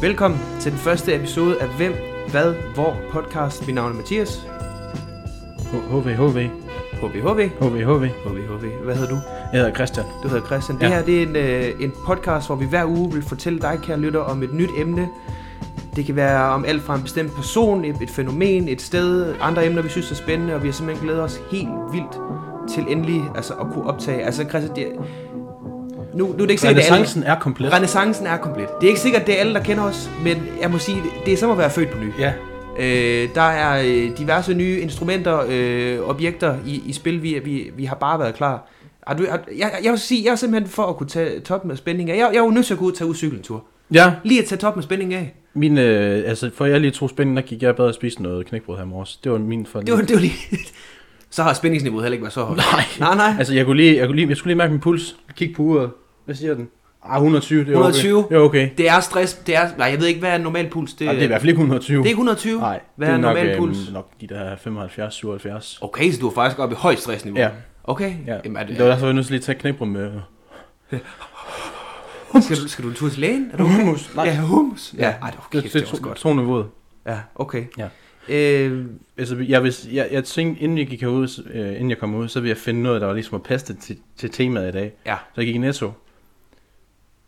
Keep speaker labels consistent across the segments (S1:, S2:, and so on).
S1: Velkommen til den første episode af Hvem, Hvad, Hvor podcast. Mit navn er Mathias.
S2: HV, HV,
S1: HVHV.
S2: HV, HV.
S1: HVHV. Hvad hedder du?
S2: Jeg hedder Christian.
S1: Du hedder Christian. Det
S2: Ja.
S1: her det er en, øh, en podcast, hvor vi hver uge vil fortælle dig, kære lytter, om et nyt emne. Det kan være om alt fra en bestemt person, et, et fænomen, et sted, andre emner, vi synes er spændende, og vi har simpelthen glædet os helt vildt til endelig altså, at kunne optage. Altså Christian, det, nu, nu er det ikke sikkert, det er alle,
S2: Renaissancen er komplet.
S1: Renaissancen er komplet. Det er ikke sikkert, det er alle, der kender os, men jeg må sige, det er som at være født på ny.
S2: Ja,
S1: Øh, der er øh, diverse nye instrumenter, øh, objekter i, i spil, vi, vi, vi har bare været klar. Er du, er, jeg, jeg vil sige, jeg er simpelthen for at kunne tage toppen af spænding af. Jeg, jeg er jo nødt til at gå ud og tage ud cykeltur.
S2: ja.
S1: Lige at tage toppen af spænding af.
S2: Min, øh, altså, for jeg lige tog spænding, der gik jeg bad og spiste noget knækbrød her i morges. Det var min for...
S1: Det var, det var lige... Så har spændingsniveauet heller ikke været så højt.
S2: Nej.
S1: Nej, nej.
S2: Altså, jeg, kunne lige, jeg, kunne lige, jeg skulle lige mærke min puls. Kig på uret. Hvad siger den? Ah, 120, det er
S1: 120.
S2: okay. Det er okay.
S1: Det er stress. Det er, nej, jeg ved ikke, hvad er en normal puls. Det,
S2: Ej, det er i hvert fald ikke 120.
S1: det er ikke 120.
S2: Nej,
S1: hvad
S2: det
S1: er
S2: er
S1: en
S2: nok,
S1: normal
S2: øh,
S1: puls?
S2: nok de der 75, 77.
S1: Okay, så du er faktisk oppe i højt stressniveau.
S2: Ja,
S1: Okay.
S2: ja.
S1: Jamen, er det,
S2: det var derfor, jeg var nødt til lige at tage et knækbrød med.
S1: skal, du, skal du en tur til lægen? Er du
S2: Hummus. Nej,
S1: Ja, hummus. Ja, ej, det var
S2: det,
S1: kæft,
S2: det,
S1: det var også
S2: det,
S1: godt.
S2: to niveauet.
S1: Ja, okay.
S2: Ja.
S1: Øh,
S2: Altså, jeg, vil, jeg, jeg tænkte, inden jeg, gik herud, så- øh, inden jeg kom ud, så ville jeg finde noget, der var ligesom at passe til, til temaet i dag.
S1: Ja.
S2: Så jeg gik i Netto.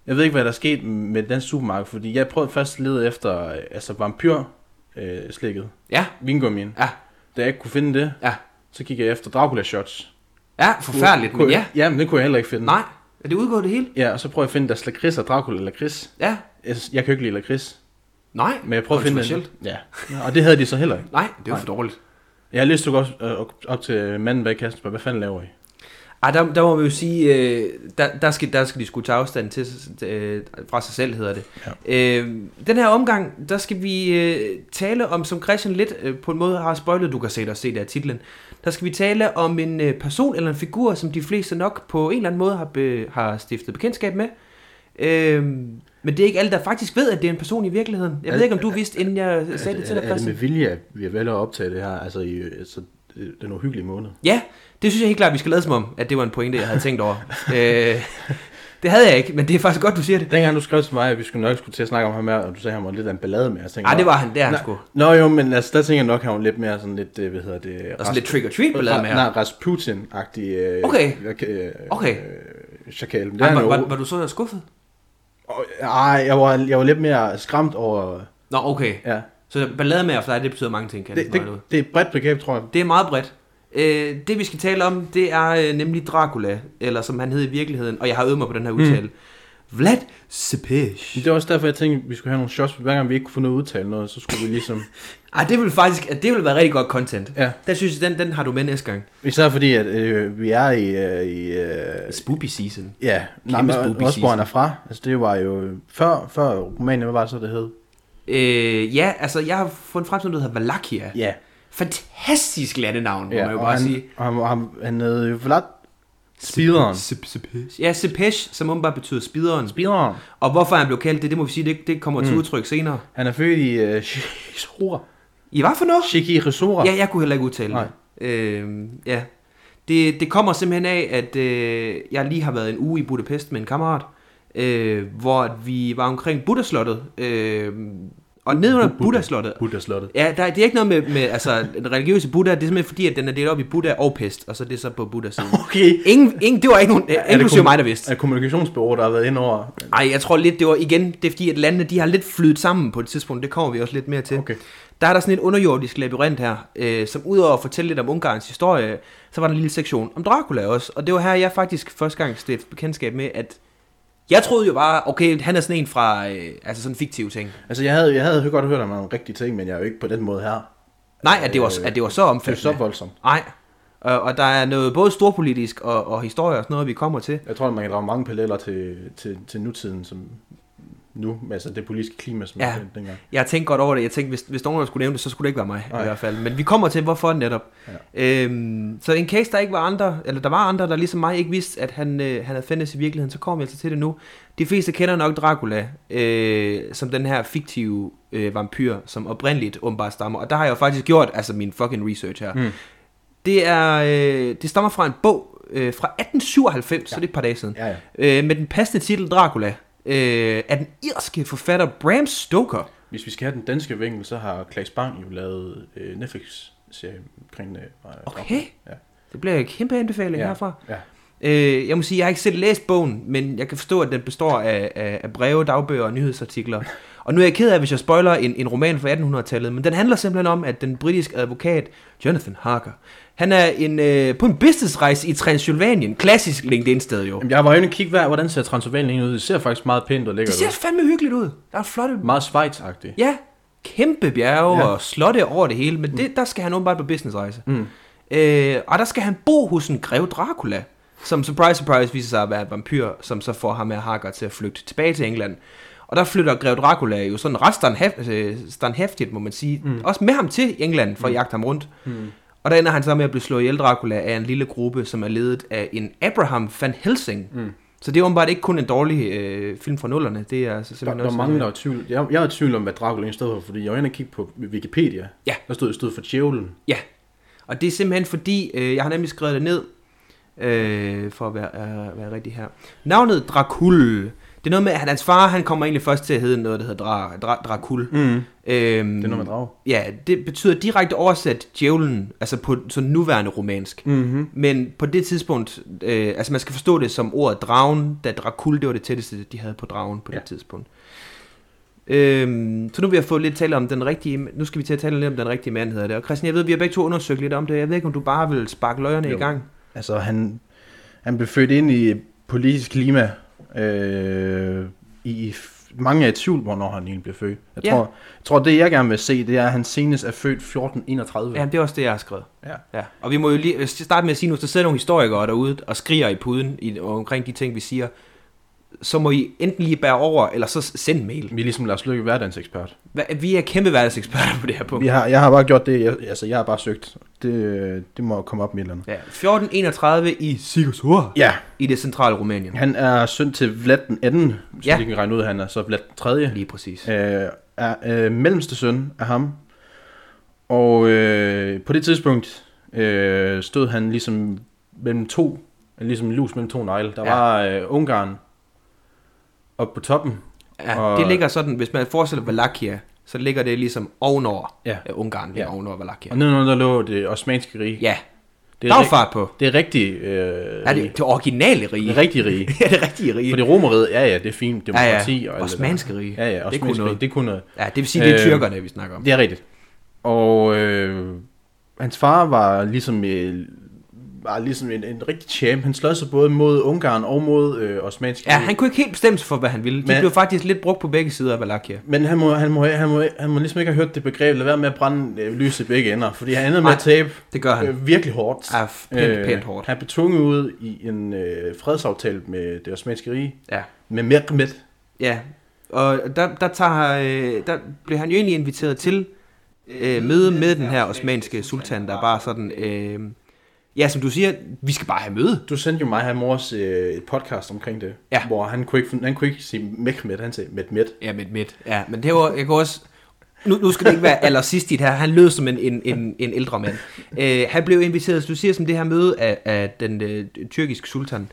S2: Jeg ved ikke, hvad der er sket med den supermarked, fordi jeg prøvede først at lede efter øh, altså vampyr øh, slikket,
S1: ja,
S2: vingummien.
S1: Ja.
S2: Da jeg ikke kunne finde det,
S1: Ja. så
S2: så gik jeg efter Dracula shots.
S1: ja, forfærdeligt,
S2: kunne,
S1: men ja.
S2: Ja, men det kunne jeg heller ikke finde.
S1: Nej, er det udgået det hele?
S2: Ja, og så prøvede jeg at finde deres lakrids og Dracula lakrids.
S1: Ja,
S2: Jeg, jeg kan jo ikke lide lakrids,
S1: nej,
S2: men jeg prøvede at finde den.
S1: Kontroversielt.
S2: Ja, og det havde de så heller ikke.
S1: nej, det var for dårligt.
S2: Jeg har lyst til at gå op, øh, op til manden bag kassen og spørge, hvad fanden laver I?
S1: Ej, der, der må man jo sige, øh, der, der, skal, der skal de skulle tage afstand til, øh, fra sig selv, hedder det. Ja. Øh, den her omgang, der skal vi øh, tale om, som Christian lidt øh, på en måde har spoilet, du kan se dig se det af titlen, der skal vi tale om en øh, person eller en figur, som de fleste nok på en eller anden måde har, be, har stiftet bekendtskab med. Øh, men det er ikke alle, der faktisk ved, at det er en person i virkeligheden. Jeg
S2: Er-
S1: ved ikke, om du vidste, inden jeg sagde det til
S2: er,
S1: dig,
S2: er det med
S1: Christian.
S2: vilje, at vi vælger at optage det her, altså i øh, altså, øh, den uhyggelige måned?
S1: Ja, det synes jeg helt klart, vi skal lade som om, at det var en pointe, jeg havde tænkt over. øh, det havde jeg ikke, men det er faktisk godt, du siger det.
S2: Dengang du skrev til mig, at vi skulle nok skulle til at snakke om ham her, og du sagde, at han var lidt af en ballade med. Jeg tænkte,
S1: Nej, Ah, det
S2: "Nå,
S1: var han, det er han
S2: nej."
S1: sgu.
S2: Nå jo, men altså, der tænker jeg nok, at han var lidt mere sådan lidt, øh, hvad hedder det?
S1: Og sådan lidt trick-or-treat ballade med
S2: Nej,
S1: ham.
S2: Rasputin-agtig. Øh,
S1: Okay.
S2: Øh,
S1: Okay.
S2: Øh, chakal. Men det
S1: Ej,
S2: er
S1: Ah, var,
S2: han
S1: var,
S2: jo.
S1: var, du så skuffet?
S2: Åh, Ej, jeg var, jeg var lidt mere skræmt over...
S1: Nå, okay.
S2: Ja,
S1: Så ballade med for dig, det betyder mange ting, kan det,
S2: det,
S1: jeg det,
S2: det, det er et bredt begreb, tror jeg.
S1: det er meget bredt. Øh, det vi skal tale om, det er øh, nemlig Dracula, eller som han hed i virkeligheden, og jeg har øvet mig på den her udtale. Mm. Vlad Sepesh.
S2: Det var også derfor, jeg tænkte, at vi skulle have nogle shots, for hver gang vi ikke kunne få noget udtale noget, så skulle vi ligesom...
S1: Ej, Ah, det ville faktisk, det ville være rigtig godt content.
S2: Ja.
S1: Der synes jeg, den, den har du med næste gang.
S2: Især fordi, at øh, vi er i, øh, i øh,
S1: Spoopy season.
S2: Ja, nej,
S1: Kæmpe
S2: men
S1: spooky
S2: også hvor
S1: season.
S2: han er fra. Altså, det var jo før, før Rumænien, hvad var det så, det hed?
S1: Øh, ja, altså jeg har fundet frem til noget, der hedder Valakia.
S2: Ja,
S1: Fantastisk landenavn, må
S2: ja
S1: man jo
S2: og
S1: bare
S2: han,
S1: sige.
S2: Og han, og han, han hed jo Vlad Spideren.
S1: Sepesh. Ja, Sepesh, som åbenbart betyder spideren.
S2: Spideren.
S1: Og hvorfor han blev kaldt det, det må vi sige, det, det kommer
S2: Mm.
S1: til udtryk senere.
S2: Han er født i øh, Shikisora.
S1: I hvad for noget?
S2: Shikisora.
S1: Ja, jeg kunne heller ikke udtale
S2: Nej.
S1: det. Øhm, ja. Det, det kommer simpelthen af, at øh, jeg lige har været en uge i Budapest med en kammerat, øh, hvor at vi var omkring Buddha-slottet. Øh, og nede under Buddha-slottet,
S2: Buddha-slottet.
S1: Ja, der, det er ikke noget med, med altså, den religiøse Buddha, det er simpelthen fordi, at den er delt op i Buddha og pest, og så er det så på Buddha-siden.
S2: Okay.
S1: Ingen, ingen, det var ikke nogen, eh, inklusive mig, der vidste.
S2: Er det kommunikationsbureau, der har været ind over?
S1: Nej, jeg tror lidt, det var igen, det er fordi, at landene de har lidt flydet sammen på et tidspunkt. Det kommer vi også lidt mere til.
S2: Okay.
S1: Der er der sådan et underjordisk labyrint her, øh, som udover at fortælle lidt om Ungarns historie, så var der en lille sektion om Dracula også. Og det var her, jeg faktisk første gang stiftede bekendtskab med, at jeg troede jo bare, okay, han er sådan en fra, øh, altså sådan en fiktiv ting.
S2: Altså, jeg havde, jeg havde godt hørt om nogle rigtige ting, men jeg er jo ikke på den måde her.
S1: Nej, at det var, at det var så
S2: Øh, Det er jo så
S1: omfattende.
S2: voldsomt.
S1: Nej, og, og der er noget både storpolitisk og, og historie og sådan noget, vi kommer til.
S2: Jeg tror, at man kan drage mange paralleller til, til, til nutiden, som nu, men altså det politiske klima, som
S1: Ja.
S2: ja. dengang.
S1: Jeg tænkte godt over det. Jeg tænkte, hvis, hvis nogen der skulle nævne det, så skulle det ikke være mig Ej. i
S2: Nej.
S1: hvert fald. Men vi kommer til, hvorfor netop. Ja. Øhm, så en case, der ikke var andre, eller der var andre, der ligesom mig ikke vidste, at han, øh, han havde fandtes i virkeligheden, så kommer vi altså til det nu. De fleste kender nok Dracula, øh, som den her fiktive øh, vampyr, som oprindeligt åbenbart stammer. Og der har jeg jo faktisk gjort altså min fucking research her. Mm. Det, er, øh, det stammer fra en bog øh, fra 1897, ja. så det er et par dage siden.
S2: Ja, ja.
S1: Øh, med den passende titel Dracula. øh, af den irske forfatter Bram Stoker.
S2: Hvis vi skal have den danske vinkel, så har Klaas Bang jo lavet øh, Netflix-serie omkring øh,
S1: Okay.
S2: Ja.
S1: Det bliver en kæmpe anbefaling
S2: Ja.
S1: herfra.
S2: ja.
S1: Øh, jeg må sige, jeg har ikke selv læst bogen, men jeg kan forstå, at den består af, af, af breve, dagbøger og nyhedsartikler. Og nu er jeg ked af, hvis jeg spoiler en, en roman fra 1800-tallet, men den handler simpelthen om, at den britiske advokat Jonathan Harker, han er en, øh, på en businessrejse i Transylvanien. Klassisk LinkedIn-sted jo.
S2: Jamen, jeg var inde og kigge, hvad, hvordan ser Transylvanien ud. Det ser faktisk meget pænt og
S1: Det
S2: lækkert
S1: ser
S2: ud.
S1: fandme hyggeligt ud. Der er flotte
S2: Meget Schweiz-agtigt.
S1: Ja, kæmpe bjerge
S2: Ja.
S1: ja. og slotte over det hele, men det, der skal han åbenbart på businessrejse.
S2: Mm.
S1: Øh, og der skal han bo hos en grev Dracula, som surprise, surprise viser sig at være en vampyr, som så får ham med Hagar til at flygte tilbage til England. Og der flytter grev Dracula jo sådan ret standhaf- øh, standhæftigt, må man sige, mm. også med ham til England for at jagte ham rundt.
S2: Mm.
S1: Og der ender han så med at blive slået ihjel Dracula af en lille gruppe, som er ledet af en Abraham van Helsing.
S2: Mm.
S1: Så det er åbenbart ikke kun en dårlig øh, film fra nullerne, det er altså
S2: Der,
S1: simpelthen
S2: der er
S1: også...
S2: mange, der er i tvivl. Jeg, jeg er i tvivl om, hvad Dracula egentlig stod for, fordi jeg var inde og kigge på Wikipedia.
S1: Ja.
S2: Der stod, stod for djævlen.
S1: Ja, og det er simpelthen fordi, øh, jeg har nemlig skrevet det ned, øh, for at være, øh, være rigtig her. Navnet Dracul, det er noget med, at hans far, han kommer egentlig først til at hedde noget, der hedder Dra- Dra- Dracul.
S2: Mm.
S1: Øhm,
S2: Det er noget med drag.
S1: Ja, det betyder direkte oversat djævlen, altså på sådan nuværende romansk.
S2: Mm-hmm.
S1: Men på det tidspunkt, øh, altså man skal forstå det som ordet dragen, da Dracul, det var det tætteste, de havde på dragen på ja.
S2: Ja.
S1: det tidspunkt. Øhm, så nu vil jeg få lidt tale om den rigtige, nu skal vi til at tale lidt om den rigtige mand, hedder det. Og Christian, jeg ved, vi har begge to undersøgt lidt om det, jeg ved ikke, om du bare vil sparke løgerne
S2: Jo.
S1: i gang.
S2: Altså, han, han blev født ind i et politisk klima. Øh, i f- mange er i tvivl, hvornår han egentlig blev født. Jeg,
S1: Ja.
S2: tror, jeg tror, det jeg gerne vil se, det er, at han senest er født 1431.
S1: Ja, det er også det, jeg har skrevet.
S2: Ja.
S1: Ja. Og vi må jo lige øh, starte med at sige, nu, hvis der sidder nogle historikere derude og skriger i puden i, omkring de ting, vi siger, så må I enten lige bære over, eller så send en mail.
S2: Vi er ligesom Lars Løkke hverdagsekspert.
S1: Hva- Vi er kæmpe hverdagseksperter på det her punkt.
S2: Vi har, jeg har bare gjort det, jeg, altså jeg har bare søgt. Det, øh, det må komme op med et eller andet.
S1: Ja, 1431 i Sigurdsur,
S2: Ja,
S1: i det centrale Rumænien.
S2: han er søn til Vlad den anden, så
S1: Ja.
S2: ja. vi kan regne ud, at han er så Vlad den tredje.
S1: Lige præcis.
S2: øh, er øh, mellemste søn af ham. Og øh, på det tidspunkt øh, stod han ligesom mellem to, ligesom en lus mellem to negle. Der
S1: Ja.
S2: ja. var øh, Ungarn oppe på toppen.
S1: Ja,
S2: og-
S1: det ligger sådan, hvis man forestiller Valakia, så ligger det ligesom ovenover
S2: Ja.
S1: ja. Ungarn, ligger
S2: Ja.
S1: ovenover Valakia.
S2: Og nedenunder der lå det osmanske rige.
S1: Ja,
S2: Det er, rigt,
S1: dagfart på.
S2: det er rigtig øh,
S1: Er det det originale
S2: rige.
S1: rige?
S2: Det er rigtig rige.
S1: ja, det rigtige rige.
S2: Fordi romeriet, ja ja, det er fint,
S1: ja, ja.
S2: demokrati og alt det der.
S1: Osmanske rige.
S2: Ja, ja,
S1: Det kunne
S2: osmanske rige,
S1: noget.
S2: det kunne noget.
S1: Ja, det vil sige, det er
S2: Øh,
S1: tyrkerne, vi snakker om.
S2: Det er rigtigt. Og øh, hans far var ligesom, øh, var ligesom en, en rigtig champ. Han slåede sig både mod Ungarn og mod øh, osmansk.
S1: Ja, han kunne ikke helt bestemme sig for, hvad han ville. De
S2: Men-
S1: blev faktisk lidt brugt på begge sider af Valakia.
S2: Men han må, han, må, han, må, han må ligesom ikke have hørt det begreb, lad være med at brænde øh, lyset i begge ender, fordi han ender med
S1: Nej,
S2: at tabe
S1: Det gør han.
S2: øh, virkelig hårdt. Øh,
S1: Ja, f- pænt, pænt hårdt.
S2: Han blev tvunget ud i en øh, fredsaftale med det osmanske rige,
S1: Ja.
S2: med Mehmed.
S1: Ja, og der, der, tager, øh, der blev han jo egentlig inviteret til øh, møde med den her osmanske sultan, der bare sådan... Øh, ja, som du siger, vi skal bare have møde.
S2: Du sendte jo mig her mors øh, et podcast omkring det,
S1: Ja.
S2: hvor han kunne, ikke, finde- han kunne ikke sige Mehmed, han sagde Mehmed.
S1: Ja, med midt. Ja, men det var, jeg kunne også... Nu, nu skal det ikke være allersistigt her. Han lød som en, en, en, en ældre mand. Øh, han blev inviteret, som du siger, som det her møde af, af den øh, tyrkiske sultan,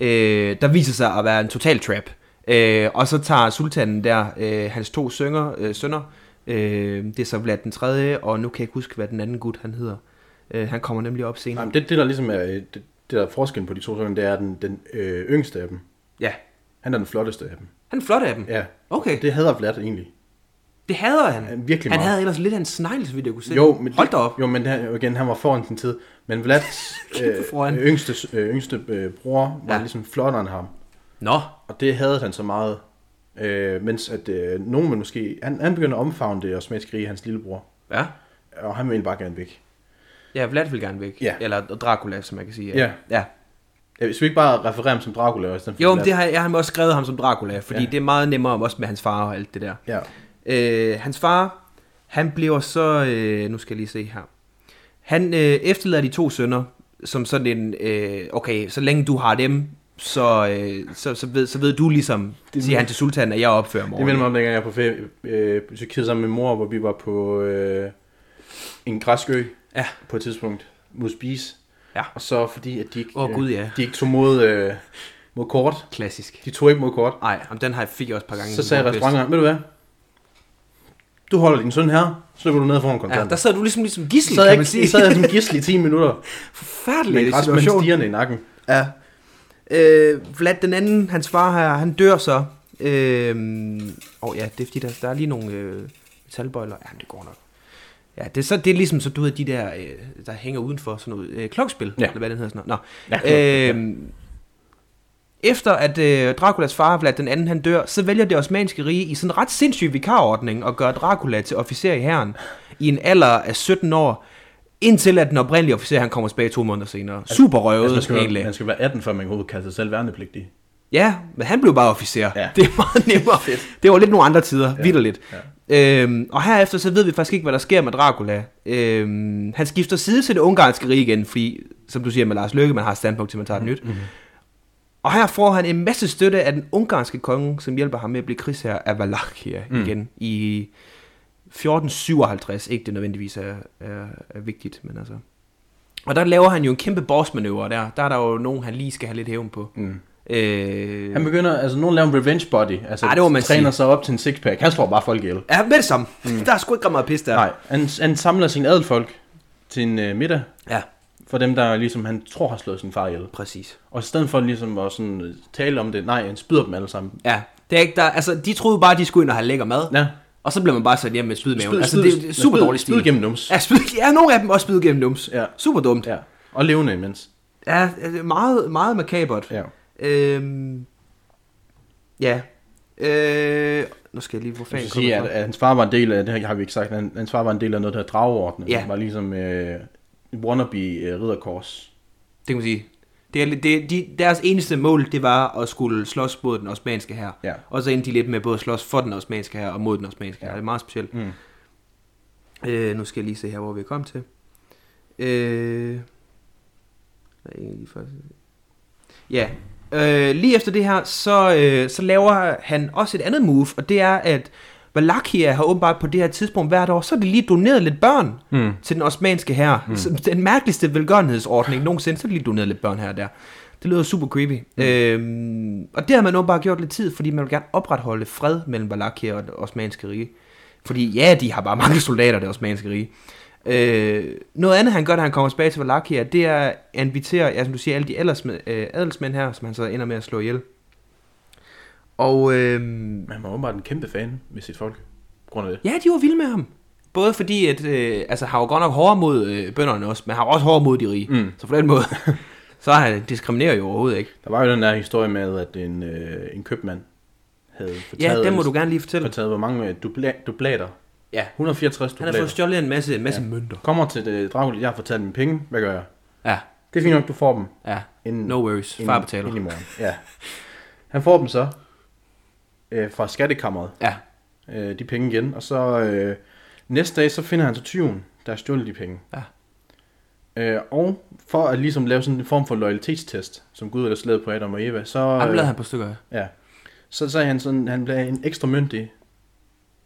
S1: øh, der viser sig at være en total trap. Øh, og så tager sultanen der, øh, hans to sønner, øh, sønner øh, det er så Vlad den tredje, og nu kan jeg ikke huske, hvad den anden gut han hedder. Øh, han kommer nemlig op senere.
S2: Nej, men det, det der ligesom er, øh, det, det der er forskellen på de to sønner, det er at den, den øh, yngste af dem.
S1: Ja,
S2: Han er den flotteste af dem.
S1: han er flot af dem.
S2: Ja,
S1: Okay,
S2: det hader Vlad egentlig.
S1: det hader han.
S2: Han, virkelig
S1: Han
S2: meget.
S1: havde ellers lidt af en snegl, så vidt jeg kunne se.
S2: jo, men
S1: Hold da op.
S2: Jo, men han, jo igen, han var foran sin tid. Men Vlads
S1: Kæmpe foran.
S2: øh, yngste, øh, yngste øh, bror var
S1: Ja.
S2: ja. ligesom flottere end ham.
S1: Nå,
S2: Og det havde han så meget. Øh, mens at øh, nogen vil måske... Han, han begynder at omfavne det og smagskrige hans lillebror.
S1: ja.
S2: Og han vil egentlig bare gerne væk.
S1: Ja, Vlad vil gerne væk.
S2: Ja.
S1: Eller Dracula, som man kan sige.
S2: Ja.
S1: ja.
S2: Ja, Skal vi ikke bare referere ham som Dracula? I stedet for
S1: Jo, men
S2: Vlad?
S1: det har, jeg har også skrevet ham som Dracula, fordi ja.
S2: Ja.
S1: det er meget nemmere også med hans far og alt det der.
S2: Ja.
S1: Øh, hans far, han bliver så... Øh, nu skal jeg lige se her. Han øh, efterlader de to sønner, som sådan en... Øh, okay, så længe du har dem, så, øh, så, så, ved, så ved du ligesom,
S2: Det-
S1: siger han til sultanen, at jeg opfører mig
S2: Det minder mig
S1: ordentligt.
S2: om, dengang jeg var på ferie øh, i Tyrkiet sammen med mor, hvor vi var på øh, en græsk ø
S1: Ja.
S2: på et tidspunkt mod spise.
S1: Ja.
S2: Og så fordi, at de ikke,
S1: Åh, Gud, ja.
S2: de ikke tog mod, øh, mod kort.
S1: Klassisk.
S2: De tog ikke mod kort.
S1: Nej, om den har jeg fik jeg også et par gange.
S2: Så sagde
S1: Den var bedst.
S2: restauranten, ved du hvad? Du holder din søn her, så løber du ned foran
S1: Ja,
S2: kontanter.
S1: der sad du ligesom, ligesom gissel,
S2: sad
S1: kan
S2: jeg,
S1: man sige.
S2: ikke- sad jeg som gissel i 10 minutter med
S1: Forfærdelig
S2: et græsmand
S1: situation.
S2: stigende i nakken.
S1: Ja. Øh, Vlad den anden, hans far her, han dør så. Øh, og ja, det er fordi, der, der er lige nogle øh, metalbøjler. Ja, det går nok. Ja, det er, så, det er ligesom, så du ved, de der, øh, der hænger udenfor, sådan noget øh, klokspil,
S2: Ja.
S1: eller hvad den hedder sådan noget. Nå.
S2: Ja, klokspil,
S1: øh, efter at øh, Draculas far, Vlad den anden, han dør, så vælger det osmanske rige i sådan en ret sindssyg vikarordning at gøre Dracula til officer i hæren i en alder af 17 år, indtil at den oprindelige officer, han kommer tilbage to måneder senere. Super røvet,
S2: Altså, man, skal
S1: egentlig.
S2: være, man skal være 18, før man kan kalde sig selv værnepligtig.
S1: Ja, men han blev bare officer.
S2: Ja.
S1: Det er meget nemmere. det var lidt nogle andre tider, ja. vidderligt.
S2: Ja.
S1: Øhm, og herefter så ved vi faktisk ikke, hvad der sker med Dracula. Øhm, han skifter side til det ungarske rige igen, fordi, som du siger med Lars Løkke, man har et standpunkt til, man tager
S2: Mhm,
S1: et nyt. Og her får han en masse støtte af den ungarske konge, som hjælper ham med at blive krigsherre af Valachia
S2: Mm.
S1: igen i 1457. Ikke det nødvendigvis er, er, er vigtigt, men altså... Og der laver han jo en kæmpe bossmanøvre der. Der er der jo nogen, han lige skal have lidt hævn på.
S2: Mm.
S1: Øh,
S2: Han begynder, altså nogen laver en revenge body, altså
S1: Ej, det må man
S2: træner
S1: sige.
S2: sig op til en sixpack. Han slår bare folk ihjel.
S1: Ja, med det samme. Mm. Der er sgu ikke ret meget pis der.
S2: Nej, han, han samler sine adelfolk til en øh, middag,
S1: Ja,
S2: for dem, der ligesom han tror har slået sin far ihjel.
S1: præcis.
S2: Og i stedet for ligesom at sådan øh, tale om det, nej, han spyder dem alle sammen.
S1: Ja, det er ikke der, altså, de troede bare, de skulle ind og have lækker mad. Ja.
S2: Ja,
S1: Og så blev man bare sat hjem med spyd i maven.
S2: spyd-
S1: altså,
S2: spyd-
S1: det er jo- det er super
S2: spyd-
S1: dårlig stil.
S2: Spyd gennem nums.
S1: Ja, spyd, ja, nogle af dem også spyd gennem lums.
S2: Ja.
S1: Super dumt. Ja,
S2: ja. Og levende imens.
S1: ja det er meget, meget makabert. Ja.
S2: Ja.
S1: Øhm, ja. Øh, nu skal jeg lige, hvor
S2: Jeg
S1: fanden
S2: vil sige,
S1: jeg
S2: at,
S1: fra.
S2: at hans far var en del af, det her har vi ikke sagt, han, hans far var en del af noget, der hedder drageordnet.
S1: Ja.
S2: Han var ligesom øh, wannabe øh, ridderkors.
S1: Det kan man sige. Det er, lidt- det, de, deres eneste mål, det var at skulle slås mod den osmanske her.
S2: Ja.
S1: Og så endte de lidt med både at slås for den osmanske her og mod den osmanske her.
S2: Ja.
S1: Det er meget specielt.
S2: Mm.
S1: Øh, nu skal jeg lige se her, hvor vi er kommet til. Øh, hvad er egentlig lige først? Ja, øh, lige efter det her, så, øh, så laver han også et andet move, og det er, at Valakia har åbenbart på det her tidspunkt hvert år, så er de lige doneret lidt børn
S2: Mm.
S1: til den osmanske her. Mm. Den mærkeligste velgørenhedsordning nogensinde, så har de lige doneret lidt børn her og der. Det lyder super creepy. Mm. Øhm, og det har man åbenbart gjort lidt tid, fordi man vil gerne opretholde fred mellem Valakia og det osmanske rige. Fordi ja, de har bare mange soldater, det osmanske rige. Øh, noget andet, han gør, da han kommer tilbage til Valakia, det er at invitere, ja, som du siger, alle de adelsmænd, øh, adelsmænd her, som han så ender med at slå ihjel. Og øhm,
S2: Men han var åbenbart en kæmpe fan med sit folk. på Grund af det.
S1: Ja, de var vilde med ham. Både fordi, at øh, altså, han var godt nok hård mod øh, bønderne også, men han var også hård mod de rige.
S2: Mm.
S1: Så på den måde, så er han diskriminerer jo overhovedet ikke.
S2: Der var jo den der historie med, at en, øh, en købmand havde
S1: Ja,
S2: fortaget,
S1: det må du gerne lige fortælle.
S2: fortaget hvor mange øh, dubla, dublater.
S1: Ja,
S2: 164
S1: han har fået
S2: dublater.
S1: stjålet en masse, en masse ja. mønter.
S2: Kommer til det, Dragul, jeg har fortalt mine penge, hvad gør jeg?
S1: Ja,
S2: Det er fint nok, du får dem.
S1: ja.
S2: Inden,
S1: No worries.
S2: inden-
S1: Far betaler.
S2: Inden i morgen. Ja. Han får dem så øh, fra skattekammeret,
S1: Ja,
S2: øh, de penge igen, og så øh, næste dag, så finder han så tyven, der har stjålet de penge.
S1: Ja.
S2: Øh, og for at ligesom lave sådan en form for loyalitetstest, som Gud ellers lavede på Adam og Eva, så...
S1: ham
S2: øh,
S1: lavede han på stykker.
S2: Ja. Så sagde han sådan, han blev en ekstra myndig.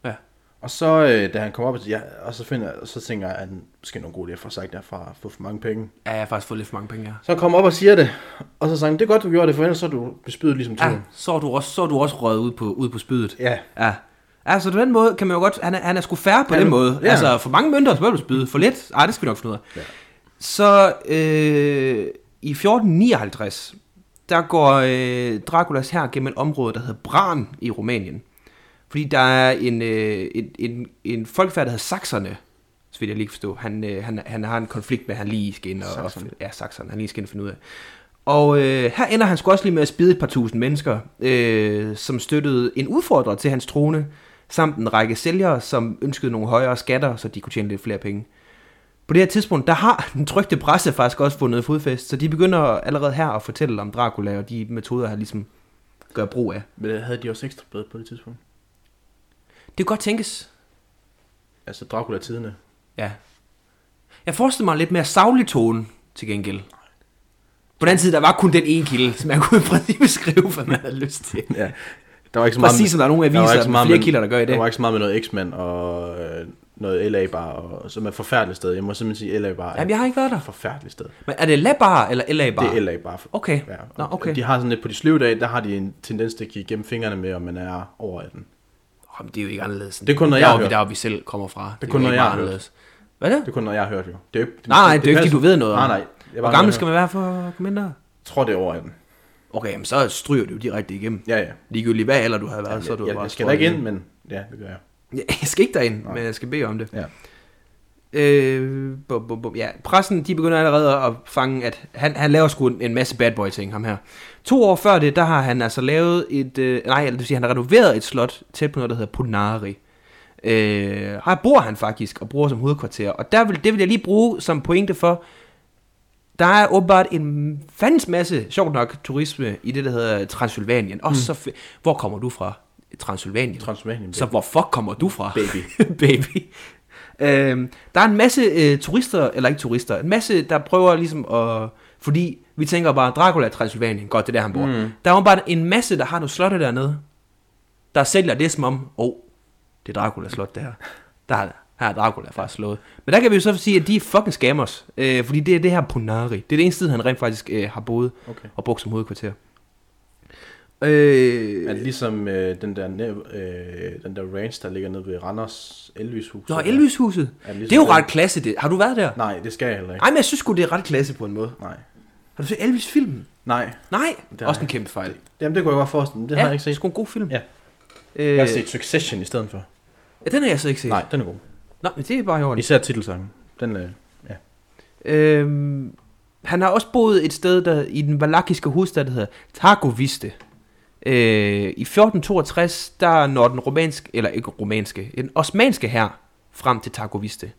S1: Ja.
S2: Og så, øh, da han kom op, ja, og så, finder, og så tænker jeg, at han skal nogle gode lige at få sagt derfra, få for mange penge.
S1: Ja, jeg har faktisk fået lidt for mange penge her.
S2: Så han kom op og siger det, og så sagde han, det er godt, du gjorde det, for ellers så er du bespydet ligesom
S1: Ja,
S2: tyven.
S1: så er du også, så er du også røget ud på, ud på spydet.
S2: Ja.
S1: Ja. Altså, på den måde kan man jo godt... Han er, han er sgu færre på
S2: Han-
S1: den måde.
S2: ja.
S1: Ja. Altså, for mange mønter, så bør du spyde. For lidt? Ej, det skal vi nok finde ud af.
S2: Ja.
S1: Ja. Så øh, i 1459, der går øh, Draculas her gennem et område, der hedder Bran i Rumænien. Fordi der er en, øh, en, en, en folkefærd, der hedder Saxerne, så vidt jeg lige kan forstå. Han, øh, han, han har en konflikt med, han lige skal ind og...
S2: Saxerne.
S1: Ja, Saxerne. Han lige skal ind og finde ud af. Og øh, her ender han sgu også lige med at spide et par tusind mennesker, øh, som støttede en udfordrer til hans trone, samt en række sælgere, som ønskede nogle højere skatter, så de kunne tjene lidt flere penge. På det her tidspunkt, der har den trygte presse faktisk også fundet fodfæst, så de begynder allerede her at fortælle om Dracula og de metoder, han ligesom gør brug af.
S2: Men havde de også ekstra blad på det tidspunkt?
S1: Det kan godt tænkes.
S2: Altså Dracula-tiderne.
S1: Ja. Jeg forestiller mig en lidt mere savlig tone til gengæld. På den anden side, der var kun den ene kilde, som man kunne i princippet skrive, hvad man havde lyst til.
S2: Ja. Der var ikke så
S1: Præcis som der er nogle
S2: der var ikke
S1: aviser
S2: så
S1: med
S2: meget
S1: flere
S2: med-
S1: kilder, der gør i
S2: Der
S1: dag.
S2: var ikke så meget med noget X-Men og øh, noget LA bar, og, som er et forfærdeligt sted. Jeg må simpelthen sige, LA bar er
S1: Jamen, jeg har ikke været der.
S2: et forfærdeligt sted.
S1: Men er det LA-bar eller LA-bar?
S2: Det er LA bar.
S1: Okay.
S2: Ja.
S1: Nå, okay.
S2: De har sådan lidt på de sløve dage, der har de en tendens til at kigge gennem fingrene med, om man er over 18.
S1: Åh, men det er jo ikke anderledes. end
S2: Det er kun noget,
S1: der,
S2: jeg har
S1: hvor vi-
S2: hørt.
S1: Der, hvor vi selv kommer fra. Det,
S2: kun
S1: jo
S2: noget,
S1: ikke
S2: jeg har
S1: meget anderledes. Hvad er det?
S2: Det er kun noget, jeg har hørt jo. Det er jo ikke,
S1: Nej, nej, det er jo ikke,
S2: passer-
S1: fordi du ved noget om
S2: Nej,
S1: det.
S2: nej. Jeg
S1: Hvor gammel skal man være for at komme ind der?
S2: Jeg tror, det er over 18.
S1: Okay, jamen, så stryger du jo direkte igennem.
S2: Ja, ja.
S1: Ligegyldigt hvad alder du har været, så er du
S2: jeg,
S1: bare
S2: jeg, jeg skal da ikke ind, men ja, det gør jeg.
S1: Ja, Jeg skal ikke derind, men jeg skal bede om det.
S2: Ja.
S1: Øh, bum, bum, bum. Ja, pressen de begynder allerede at fange, at han, han laver sgu en, en masse bad boy ting, ham her. To år før det, der har han altså lavet et, øh, nej, det vil sige, han har renoveret et slot tæt på noget, der hedder Punari. Øh, her bor han faktisk, og bruger som hovedkvarter. Og der vil, det vil jeg lige bruge som pointe for, der er åbenbart en fandens masse, sjovt nok, turisme i det, der hedder Transylvanien. Også mm. så, fe- hvor kommer du fra? Transylvanien.
S2: Transylvanien.
S1: Så hvor fuck kommer du fra?
S2: Baby.
S1: Baby. Øhm, der er en masse øh, turister, eller ikke turister, en masse, der prøver ligesom at... Fordi vi tænker bare, Dracula i Transylvanien, godt, det er der, han bor. Mm. Der er jo bare en masse, der har nogle slotte dernede, der sælger det som om, åh, oh, det er Dracula slot, det her. Der er, her er Dracula faktisk slået. Men der kan vi jo så sige, at de er fucking scammers, øh, fordi det er det her Punari. Det er det eneste sted, han rent faktisk øh, har boet
S2: Okay.
S1: og brugt som hovedkvarter. Øh,
S2: Er det ligesom øh, den, der, ne- øh, den der ranch, der ligger nede ved Randers Elvishus?
S1: Nå, Elvishuset.
S2: Er det
S1: Det
S2: ligesom
S1: er jo
S2: den?
S1: ret klasse, det. Har du været der?
S2: Nej, det skal jeg heller ikke.
S1: Nej, men jeg synes sgu, det er ret klasse på en måde.
S2: Nej.
S1: Har du set Elvis-filmen?
S2: Nej.
S1: Nej, det
S2: har
S1: er også
S2: jeg
S1: en kæmpe fejl.
S2: Jamen, det kunne jeg godt forestille mig. Det har jeg ikke
S1: det er
S2: set.
S1: sgu en god film.
S2: Ja.
S1: Øh,
S2: Jeg har set Succession i stedet for.
S1: ja, den har jeg så ikke set.
S2: Nej, den er god.
S1: Nå, men det er bare i orden.
S2: Især titelsangen. Den, øh,
S1: Øhm, han har også boet et sted der, i den valakiske hovedstad, der hedder Targoviste. Øh, I 1462, der når den romanske, eller ikke romanske, den osmanske her frem til Targoviste.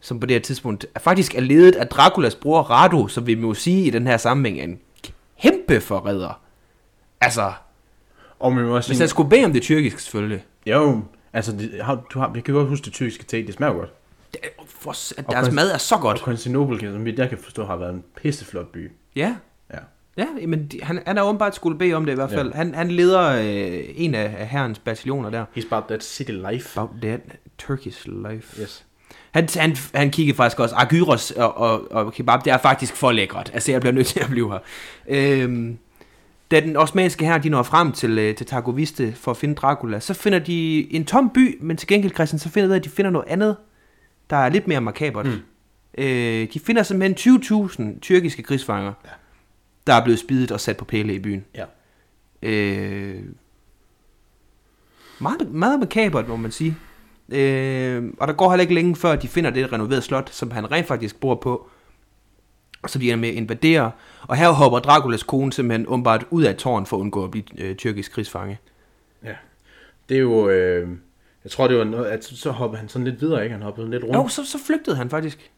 S1: Som på det her tidspunkt er faktisk er ledet af Draculas bror Rado, som vi må sige i den her sammenhæng er en kæmpe forræder. Altså,
S2: og man må også
S1: hvis han
S2: sige...
S1: skulle bede om det tyrkiske selvfølgelig.
S2: Jo, altså, de, har, du har, jeg kan godt huske det tyrkiske te, det smager jo godt.
S1: Det, for, s-
S2: Og
S1: deres
S2: kons-
S1: mad er så
S2: Og
S1: godt.
S2: Konstantinopel, kan- som jeg kan forstå, har været en pisseflot by.
S1: Ja.
S2: Ja.
S1: Ja, men de, han, han er åbenbart skulle bede om det i hvert
S2: Ja.
S1: fald. Ja. Han, han leder øh, en af, af herrens bataljoner der.
S2: He's about that city life.
S1: About that Turkish life.
S2: Yes.
S1: Han, han, han kiggede faktisk også. Argyros og, og, og kebab, det er faktisk for lækkert. Altså, jeg bliver nødt til at blive her. Øhm, da den osmanske her, de når frem til, øh, til Targoviste for at finde Dracula, så finder de en tom by, men til gengæld, Christian, så finder de, at de finder noget andet, der er lidt mere makabert. Mm. Øh, de finder simpelthen 20.000 tyrkiske krigsfanger, ja. der er blevet spidet og sat på pæle i byen.
S2: Ja.
S1: Øh, meget, meget makabert, må man sige. Øh, og der går heller ikke længe før, de finder det renoverede slot, som han rent faktisk bor på, som de ender med at invadere. Og her hopper Draculas kone simpelthen åbenbart ud af et tårn for at undgå at blive øh, tyrkisk krigsfange.
S2: Mm. Ja. Det er jo... Øh, jeg tror, det var noget, at så hoppede han sådan lidt videre, ikke? Han hoppede sådan lidt rundt.
S1: Jo, så, så flygtede han faktisk.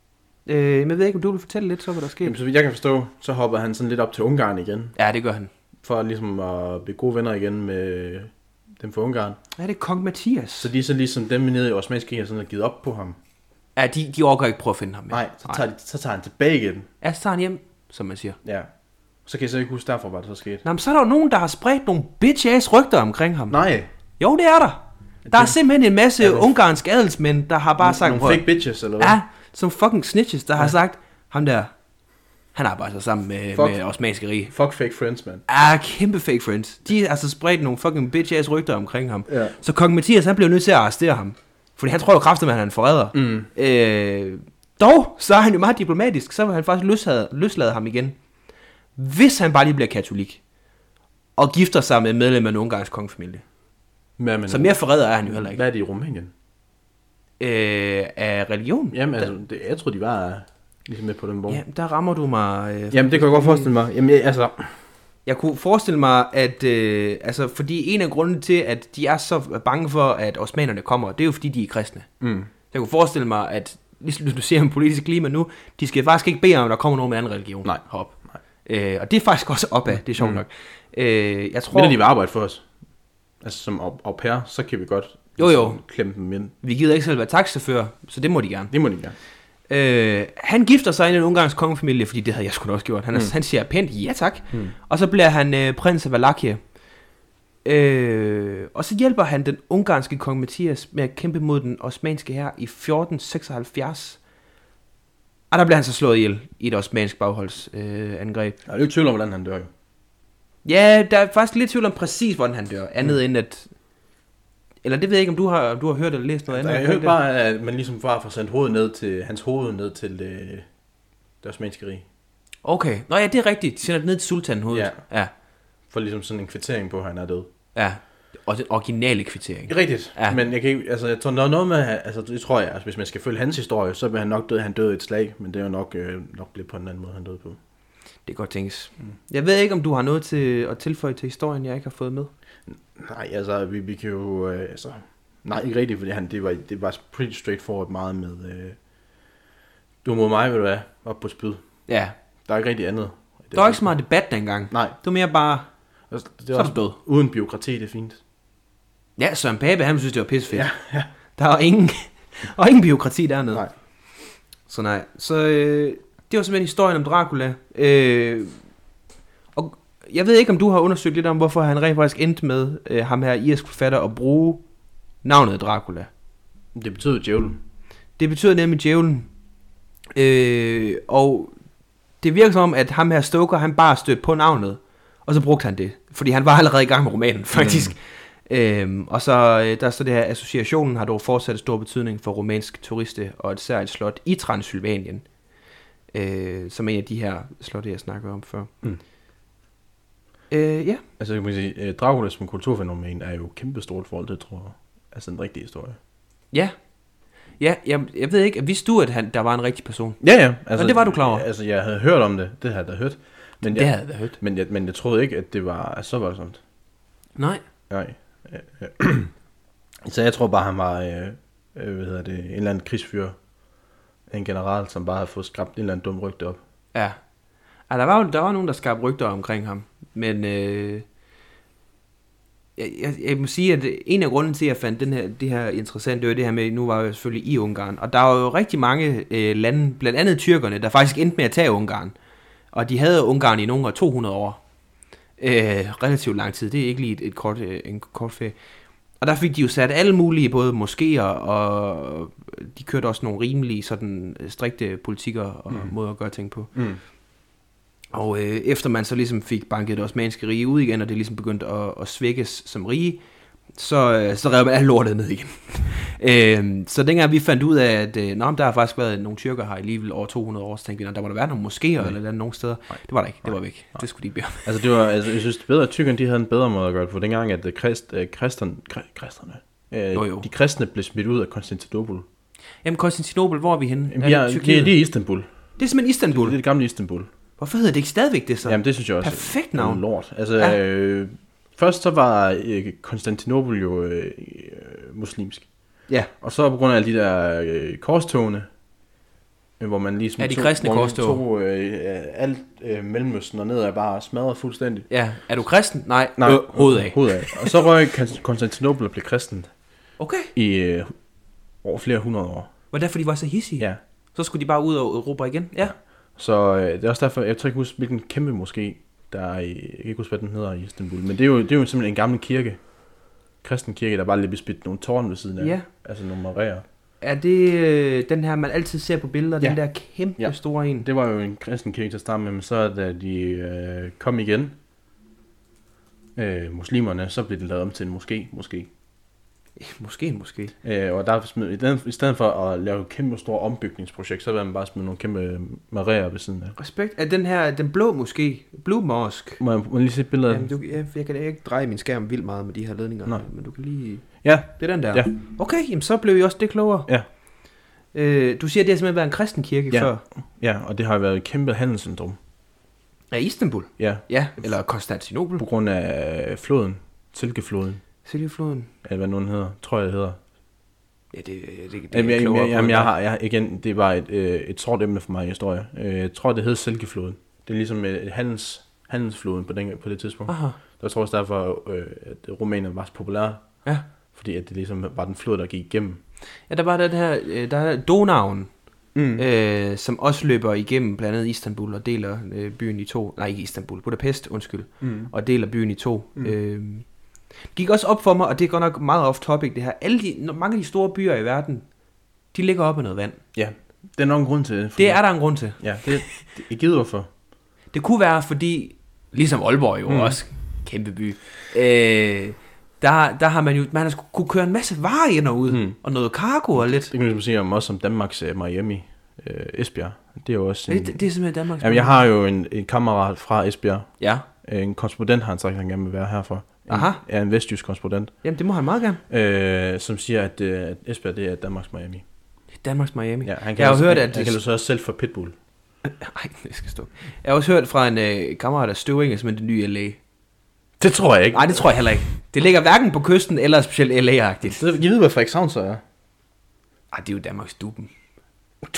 S1: Øh, men jeg ved ikke, om du vil fortælle lidt så, hvad der skete.
S2: Jamen, så vidt jeg kan forstå, så hoppede han sådan lidt op til Ungarn igen,
S1: Ja, det gør han.
S2: for ligesom at blive gode venner igen med dem fra Ungarn.
S1: Ja, det er kong Mathias.
S2: Så de er så ligesom dem nede i Osmansk Krig, har sådan har givet op på ham.
S1: Ja, de, de orker ikke prøve at finde ham. mere.
S2: Nej, så tager, de, så tager han tilbage igen.
S1: Ja, så tager han hjem, som man siger.
S2: Ja. Så kan jeg så ikke huske, derfor var det så skete.
S1: Nå, men så er der jo nogen, der har spredt nogle bitch-ass rygter omkring ham.
S2: Nej,
S1: Jo, det er der. Der er simpelthen en masse
S2: Ja, det-
S1: ungarske adelsmænd, der har bare sagt...
S2: nogle
S1: "Prøv at-
S2: fake bitches, eller hvad?
S1: Ja, som fucking snitches, der har sagt, ham der, han arbejder sig sammen med,
S2: Fuck.
S1: med osmanske rige.
S2: Fuck fake friends, mand.
S1: Ah, kæmpe fake friends. De har altså spredt nogle fucking bitch-ass rygter omkring ham.
S2: Ja.
S1: Så kong Mathias, han bliver nødt til at arrestere ham. Fordi han tror jo kraftigt, at han er en forræder. Mm. Øh, dog, så er han jo meget diplomatisk. Så vil han faktisk løslade, løslade ham igen. Hvis han bare lige bliver katolik. Og gifter sig med et medlem af en ungarsk kongefamilie.
S2: Hvad, men,
S1: Så mere forræder er han jo heller ikke.
S2: Hvad er det i Rumænien?
S1: Øh, af religion.
S2: Jamen, altså, det, jeg tror, de var ligesom med på den vogn.
S1: Ja, der rammer du mig. Øh,
S2: Jamen, det kan jeg godt forestille mig. Jamen, jeg, altså,
S1: Jeg kunne forestille mig, at øh, altså, fordi en af grundene til, at de er så bange for, at osmanerne kommer, det er jo fordi, de er kristne.
S2: Mm.
S1: Jeg kunne forestille mig, at ligesom du ser om politisk klima nu, de skal faktisk ikke bede om, at der kommer nogen med anden religion
S2: Nej.
S1: herop. Øh, og det er faktisk også opad, det er sjovt mm. nok. Øh, jeg tror,
S2: Mindre de vil arbejde for os, altså som au, au pair, så kan vi godt
S1: Jo, jo.
S2: sådan klemme dem ind.
S1: vi gider ikke selv være taxachauffør, så det må de gerne.
S2: Det må de gøre.
S1: Øh, han gifter sig ind i en ungarsk kongefamilie, fordi det havde jeg sgu da også gjort. Han, mm. han siger pænt ja tak, mm. og så bliver han øh, prins af Valakia. Øh, og så hjælper han den ungarske kong Matthias med at kæmpe mod den osmanske hær i 1476. Og der bliver han så slået ihjel i et osmansk bagholdsangreb. Øh, angreb.
S2: Der er jo ikke tvivl om, hvordan han dør jo.
S1: ja, der er faktisk lidt tvivl om præcis, hvordan han dør.
S2: Mm.
S1: Andet end at... Eller det ved jeg ikke, om du har, om du har hørt eller læst noget andet.
S2: Der, Altså, jeg
S1: omkring
S2: hørte
S1: det.
S2: bare, at man ligesom bare får sendt hovedet ned til, hans hoved ned til øh, det osmanske rige.
S1: Okay. Nå ja, det er rigtigt. De sender det ned til sultanhovedet. Ja. ja.
S2: For ligesom sådan en kvittering på, at han er død.
S1: Ja. Og den originale kvittering.
S2: Rigtigt,
S1: Ja.
S2: ja. men jeg kan ikke, altså jeg tror der er noget med, altså det tror jeg, altså hvis man skal følge hans historie, så vil han nok døde, han døde i et slag, men det er jo nok, øh, nok lidt på en anden måde, han døde på.
S1: Det kan godt tænkes. Mm. Jeg ved ikke, om du har noget til at tilføje til historien, jeg ikke har fået med.
S2: Nej, altså vi, vi kan jo, øh, altså, nej ikke rigtigt, fordi han, det var, det var pretty straightforward meget med, øh, du er mod mig, vil du være, op på spyd.
S1: Ja.
S2: Der er ikke rigtig andet.
S1: Der var ikke så meget debat dengang.
S2: Nej,
S1: Det var mere bare,
S2: altså, det
S1: så
S2: er
S1: er du
S2: også
S1: død.
S2: uden byråkrati, det er fint.
S1: Ja, Søren Pape, han synes, det var pissefedt.
S2: Ja, ja.
S1: Der var ingen, og ingen biokrati dernede.
S2: Nej.
S1: Så nej. Så øh, det var simpelthen historien om Dracula. Øh, og jeg ved ikke, om du har undersøgt lidt om, hvorfor han rent faktisk endte med, øh, ham her irsk forfatter, at bruge navnet Dracula.
S2: Det betyder djævlen.
S1: Det betyder nemlig djævlen. Øh, og det virker som om, at ham her Stoker, han bare stødte på navnet. Og så brugte han det. Fordi han var allerede i gang med romanen, faktisk. Mm. Øhm, og så øh, der står det her, associationen har dog fortsat stor betydning for romansk turiste og et særligt slot i Transylvanien. Øh, som en af de her slotte, jeg snakkede om før.
S2: Mm.
S1: Øh, ja,
S2: Altså jeg kan sige, øh, Dracula som kulturfænomen er jo kæmpestort i forhold til, tror jeg, altså den rigtige historie.
S1: ja. Ja, jeg, jeg ved ikke, vidste du, at han, der var en rigtig person?
S2: Ja, ja. Altså,
S1: Og det var du klar over?
S2: Altså, jeg havde hørt om det. Det havde jeg da hørt. Men jeg,
S1: Det havde jeg da hørt.
S2: Men jeg, men jeg troede ikke, at det var altså, så voldsomt.
S1: Nej.
S2: Nej. Øh, øh. Så jeg tror bare, han var, øh, øh, hvad hedder det, en eller anden krigsfyr. En general, som bare havde fået skrabt en eller anden dum rygte op.
S1: Ja. ja der, var jo, der var nogen, der skabte rygter omkring ham. Men øh, jeg, jeg, jeg må sige, at en af grunden til, at jeg fandt den her, det her interessant, det var det her med, nu var jeg selvfølgelig i Ungarn. Og der var jo rigtig mange øh, lande, blandt andet tyrkerne, der faktisk endte med at tage Ungarn. Og de havde Ungarn i nogle år 200 år. Øh, relativt lang tid. Det er ikke lige et, et kort, øh, en kort ferie. Og der fik de jo sat alle mulige, både moskéer, og de kørte også nogle rimelige, sådan øh, strikte politikker og mm. måder at gøre ting på.
S2: Mm.
S1: Og øh, efter man så ligesom fik banket det osmanske rige ud igen, og det ligesom begyndte at, at svækkes som rige, så, øh, så rev man alt lortet ned igen. øh, så dengang vi fandt ud af, at øh, nå, men der har faktisk været nogle tyrker her alligevel over 200 år, så tænkte vi, "Nå, der må der være nogle moskéer eller eller nogle steder.
S2: Nej.
S1: Det var der ikke, det
S2: Nej.
S1: var væk. Det skulle de bede om.
S2: Altså, det var, altså, jeg synes, det er bedre, at tykkerne, de havde en bedre måde at gøre det på. Dengang, at øh, krist, øh, kristerne, kri- kristerne, øh,
S1: Jo, jo.
S2: de kristne blev smidt ud af Konstantinopel.
S1: Jamen Konstantinopel, hvor er vi henne?
S2: Jamen, ja,
S1: det,
S2: det, det er Istanbul.
S1: det er simpelthen
S2: Det er
S1: Istanbul.
S2: det gamle Istanbul.
S1: Hvorfor hedder det ikke stadigvæk det så?
S2: Jamen, det synes jeg også.
S1: Perfekt
S2: Det er
S1: navn.
S2: noget lort. Altså,
S1: Ja.
S2: ja. øh, først så var øh, Konstantinopel jo øh, øh, muslimsk.
S1: Ja.
S2: Og så på grund af alle de der øh, korstogene, øh, hvor man ligesom
S1: Ja, de kristne
S2: hvor man
S1: korstog.
S2: tog øh, øh, alt øh, Mellemøsten og ned er bare smadret fuldstændig.
S1: Ja, er du kristen? Nej,
S2: Nej,
S1: Øh, hoved af.
S2: Hoved af. Og så røg Kon- Konstantinopel og blev kristen
S1: Okay,
S2: i øh, over flere hundrede år.
S1: var det derfor de var så hissige?
S2: Ja.
S1: Så skulle de bare ud og erobre igen? Ja.
S2: Så øh, det er også derfor, jeg tror ikke huske, hvilken kæmpe moské, der er i, jeg kan ikke huske, hvad den hedder i Istanbul, men det er jo, det er jo simpelthen en gammel kirke, kristen kirke, der bare lige bespidt nogle tårn ved siden af,
S1: Ja.
S2: altså nogle maræer.
S1: Er det øh, den her, man altid ser på billeder? Ja. Den
S2: Ja.
S1: der kæmpe ja.
S2: Ja.
S1: store en?
S2: Det var jo en kristen kirke til at starte med, men så da de øh, kom igen, øh, muslimerne, så blev det lavet om til en moské, måske. Eh,
S1: Måske, måske.
S2: Øh, og der smed, i, den, i stedet for at lave et kæmpe store ombygningsprojekt, så var man bare smidt nogle kæmpe maræer ved siden af.
S1: Respekt. Er den her, den blå måske? Blue Mosque?
S2: Må jeg, må jeg lige se et billede af
S1: Jamen,
S2: den?
S1: du, jeg, jeg kan da ikke dreje min skærm vildt meget med de her ledninger.
S2: Nej.
S1: Men du kan lige...
S2: Ja,
S1: Det er den der.
S2: Ja.
S1: Okay, jamen så blev I også det klogere.
S2: Ja.
S1: Øh, du siger, at det har simpelthen været en kristen kirke
S2: Ja.
S1: før.
S2: ja, og det har været et kæmpe handelssyndrom.
S1: Ja, Istanbul.
S2: Ja,
S1: Ja, eller Konstantinopel.
S2: på grund af øh, floden, Silkefloden,
S1: Silkefloden.
S2: eller hvad nogen hedder, tror jeg det hedder.
S1: Ja, det, det, det er
S2: Jamen, jeg,
S1: klogere
S2: jeg,
S1: på
S2: jamen,
S1: end
S2: jeg
S1: dig.
S2: har, jeg, igen, det er bare et, øh, et sort emne for mig i historie. Øh, jeg tror, det hed Silkefloden. Det er ligesom øh, handels, handelsfloden på, den, på det tidspunkt. Ah.
S1: Aha.
S2: Der tror jeg også derfor, øh, at rumænerne var så populære,
S1: Ja.
S2: fordi at det ligesom var den flod, der gik igennem.
S1: Ja, der var den her, øh, der er Donauen,
S2: Mm.
S1: øh, som også løber igennem blandt andet Istanbul og deler øh, byen i to. Nej, ikke Istanbul, Budapest, undskyld.
S2: Mm.
S1: Og deler byen i to. Mm. Øh, Det gik også op for mig, og det er godt nok meget off topic det her. Alle de, no- mange af de store byer i verden, de ligger op af noget vand.
S2: Ja, det er nok en grund til det. fordi-
S1: Det er der en grund til.
S2: Ja, det, det jeg gider hvorfor.
S1: Det kunne være, fordi, ligesom Aalborg jo
S2: Mm.
S1: mm. også, kæmpe by, øh, der, der har man jo, man har sku- kunne køre en masse varer ind og ud,
S2: Mm.
S1: mm. og noget cargo og lidt.
S2: Det kan man ligesom sige om også som Danmarks øh, Miami, øh, Esbjerg. Det er jo også en...
S1: Det, det, det er simpelthen Danmarks
S2: Jamen, jeg har jo en, en kammerat fra Esbjerg.
S1: Ja,
S2: Øh, En korrespondent har han sagt, at han gerne vil være herfor. En,
S1: Aha.
S2: Er en vestjysk korrespondent,
S1: jamen det må han meget gerne.
S2: øh, som siger, at, øh, at Esbjerg det er Danmarks Miami.
S1: Danmarks Miami.
S2: Ja, han
S1: Jeg har
S2: også,
S1: hørt, at
S2: Han, han
S1: det-
S2: kalder sig også selv for Pitbull.
S1: Ej, det skal stå. Jeg har også hørt fra en øh, kammerat af Støvinge, som er den nye LA.
S2: Det tror jeg ikke.
S1: Nej, det tror jeg heller ikke. Det ligger hverken på kysten eller er specielt LA-agtigt.
S2: Det, jeg ved, hvad Frederikshavn så er.
S1: Ej, det er jo Danmarks duben.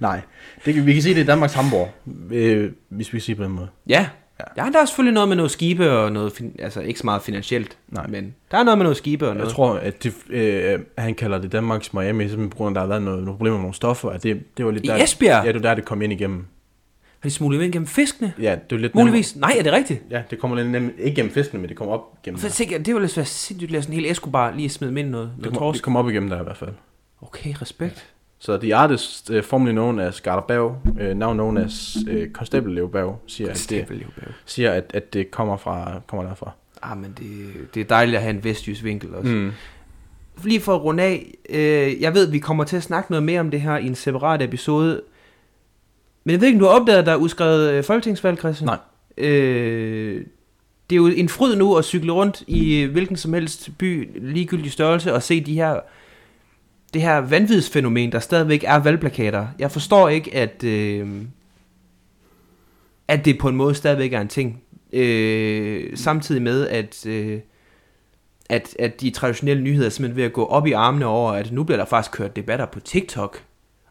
S2: Nej, det, kan- vi kan sige, det er Danmarks Hamburg, øh, hvis vi siger på den måde.
S1: Ja.
S2: Ja.
S1: ja. Ja, der er selvfølgelig noget med noget skibe og noget, fin- altså ikke så meget finansielt,
S2: Nej.
S1: men der er noget med noget skibe og
S2: Jeg
S1: noget.
S2: tror, at det, øh, han kalder det Danmarks Miami, simpelthen på grund af, at der har været noget, nogle problemer med nogle stoffer. At det, det var lidt
S1: I
S2: der,
S1: Esbjerg?
S2: Ja, det var der, det kom ind igennem.
S1: Har de smuglet dem ind gennem fiskene?
S2: Ja, det er lidt
S1: Muligvis. Nej, er det rigtigt?
S2: Nemmere. Ja, det kommer lidt nemmere. Ikke gennem fiskene, men det kommer op gennem
S1: For jeg tænker, det ville altså være sindssygt at lave sådan en hel Escobar lige at smide dem ind i noget,
S2: Det
S1: noget
S2: kommer, det
S1: torsk.
S2: kommer op igennem der i hvert fald.
S1: Okay, respekt.
S2: Så The Artist, uh, formerly known as Garter Berg, uh, now known as uh, Constable Leo Berg, siger, at det,
S1: Stable, jo, bag.
S2: siger at, at det kommer, fra, kommer derfra.
S1: Ah, men det, det er dejligt at have en vestjysk vinkel også. Mm. Lige for at runde af, øh, jeg ved, vi kommer til at snakke noget mere om det her i en separat episode. Men jeg ved ikke, om du har opdaget, at der er udskrevet øh, folketingsvalg, Christian?
S2: Nej.
S1: Øh, det er jo en fryd nu at cykle rundt i øh, hvilken som helst by, ligegyldig størrelse, og se de her, det her vanvidsfænomen, der stadigvæk er valgplakater. Jeg forstår ikke, at, øh, at det på en måde stadigvæk er en ting. Øh, samtidig med, at, øh, at, at de traditionelle nyheder er simpelthen ved at gå op i armene over, at nu bliver der faktisk kørt debatter på TikTok.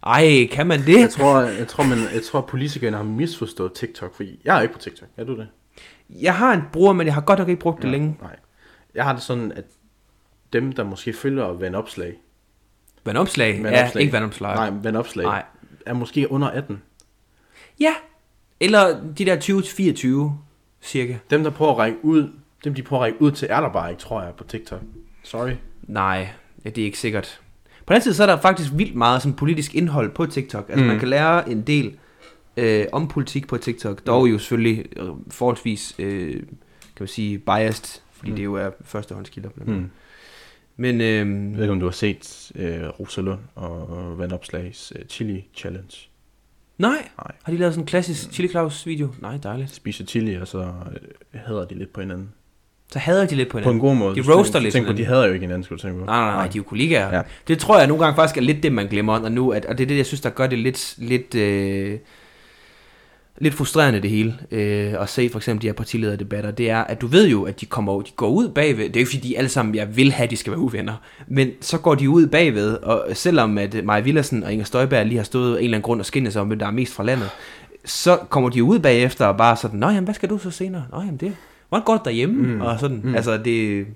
S1: Ej, kan man det?
S2: Jeg tror, jeg tror, man, jeg tror politikerne har misforstået TikTok, fordi jeg er ikke på TikTok. Er du det?
S1: Jeg har en bruger, men jeg har godt nok ikke brugt det
S2: Ja,
S1: længe.
S2: Nej. Jeg har det sådan, at dem, der måske følger vandopslag,
S1: Vandopslag? Ja,
S2: Vandopslag.
S1: ikke vandomslag.
S2: nej, vandopslag,
S1: Nej.
S2: er måske under 18.
S1: Ja, eller de der 20-24 cirka.
S2: Dem, der prøver at række ud, dem, de prøver at række ud til, er der bare ikke, tror jeg, på TikTok. Sorry.
S1: Nej, ja, det er ikke sikkert. På den anden side, så er der faktisk vildt meget sådan, politisk indhold på TikTok. Altså,
S2: Mm.
S1: mm. man kan lære en del øh, om politik på TikTok. Dog jo selvfølgelig øh, forholdsvis, øh, kan man sige, biased, fordi
S2: Mm.
S1: mm. det jo er førstehåndskilder. Mm.
S2: Mm.
S1: Men øh,
S2: Jeg ved ikke, om du har set øh, Rosalund og Vandopslags øh, Chili Challenge.
S1: nej.
S2: Nej.
S1: Har de lavet sådan en klassisk Chili Claus video? Nej,
S2: De
S1: dejligt.
S2: spiser chili, og så øh, hader de lidt på hinanden.
S1: Så hader de lidt på
S2: På
S1: hinanden.
S2: en god måde.
S1: De
S2: hvis du
S1: roaster lidt
S2: Tænk på, de
S1: hinanden. Ah.
S2: hader jo ikke hinanden, skulle du tænke på.
S1: Nej, nej, nej, de er jo kollegaer.
S2: Ja.
S1: Ja. Det tror jeg nogle gange faktisk er lidt det, man glemmer, og, nu, at, og det er det, jeg synes, der gør det lidt, lidt, øh, lidt frustrerende det hele, øh, at se for eksempel de her partilederdebatter, det er, at du ved jo, at de kommer ud- de går ud bagved, det er jo ikke fordi, de alle sammen, jeg vil have, de skal være uvenner, men så går de ud bagved, og selvom at øh, Maja Villersen og Inger Støjberg lige har stået af en eller anden grund og skinnet sig om, hvem der er mest fra landet, så kommer de ud bagefter og bare sådan, nå jamen, hvad skal du så senere? Nå jamen, det var godt derhjemme,
S2: Mm.
S1: mm. og sådan,
S2: Mm.
S1: mm. altså det,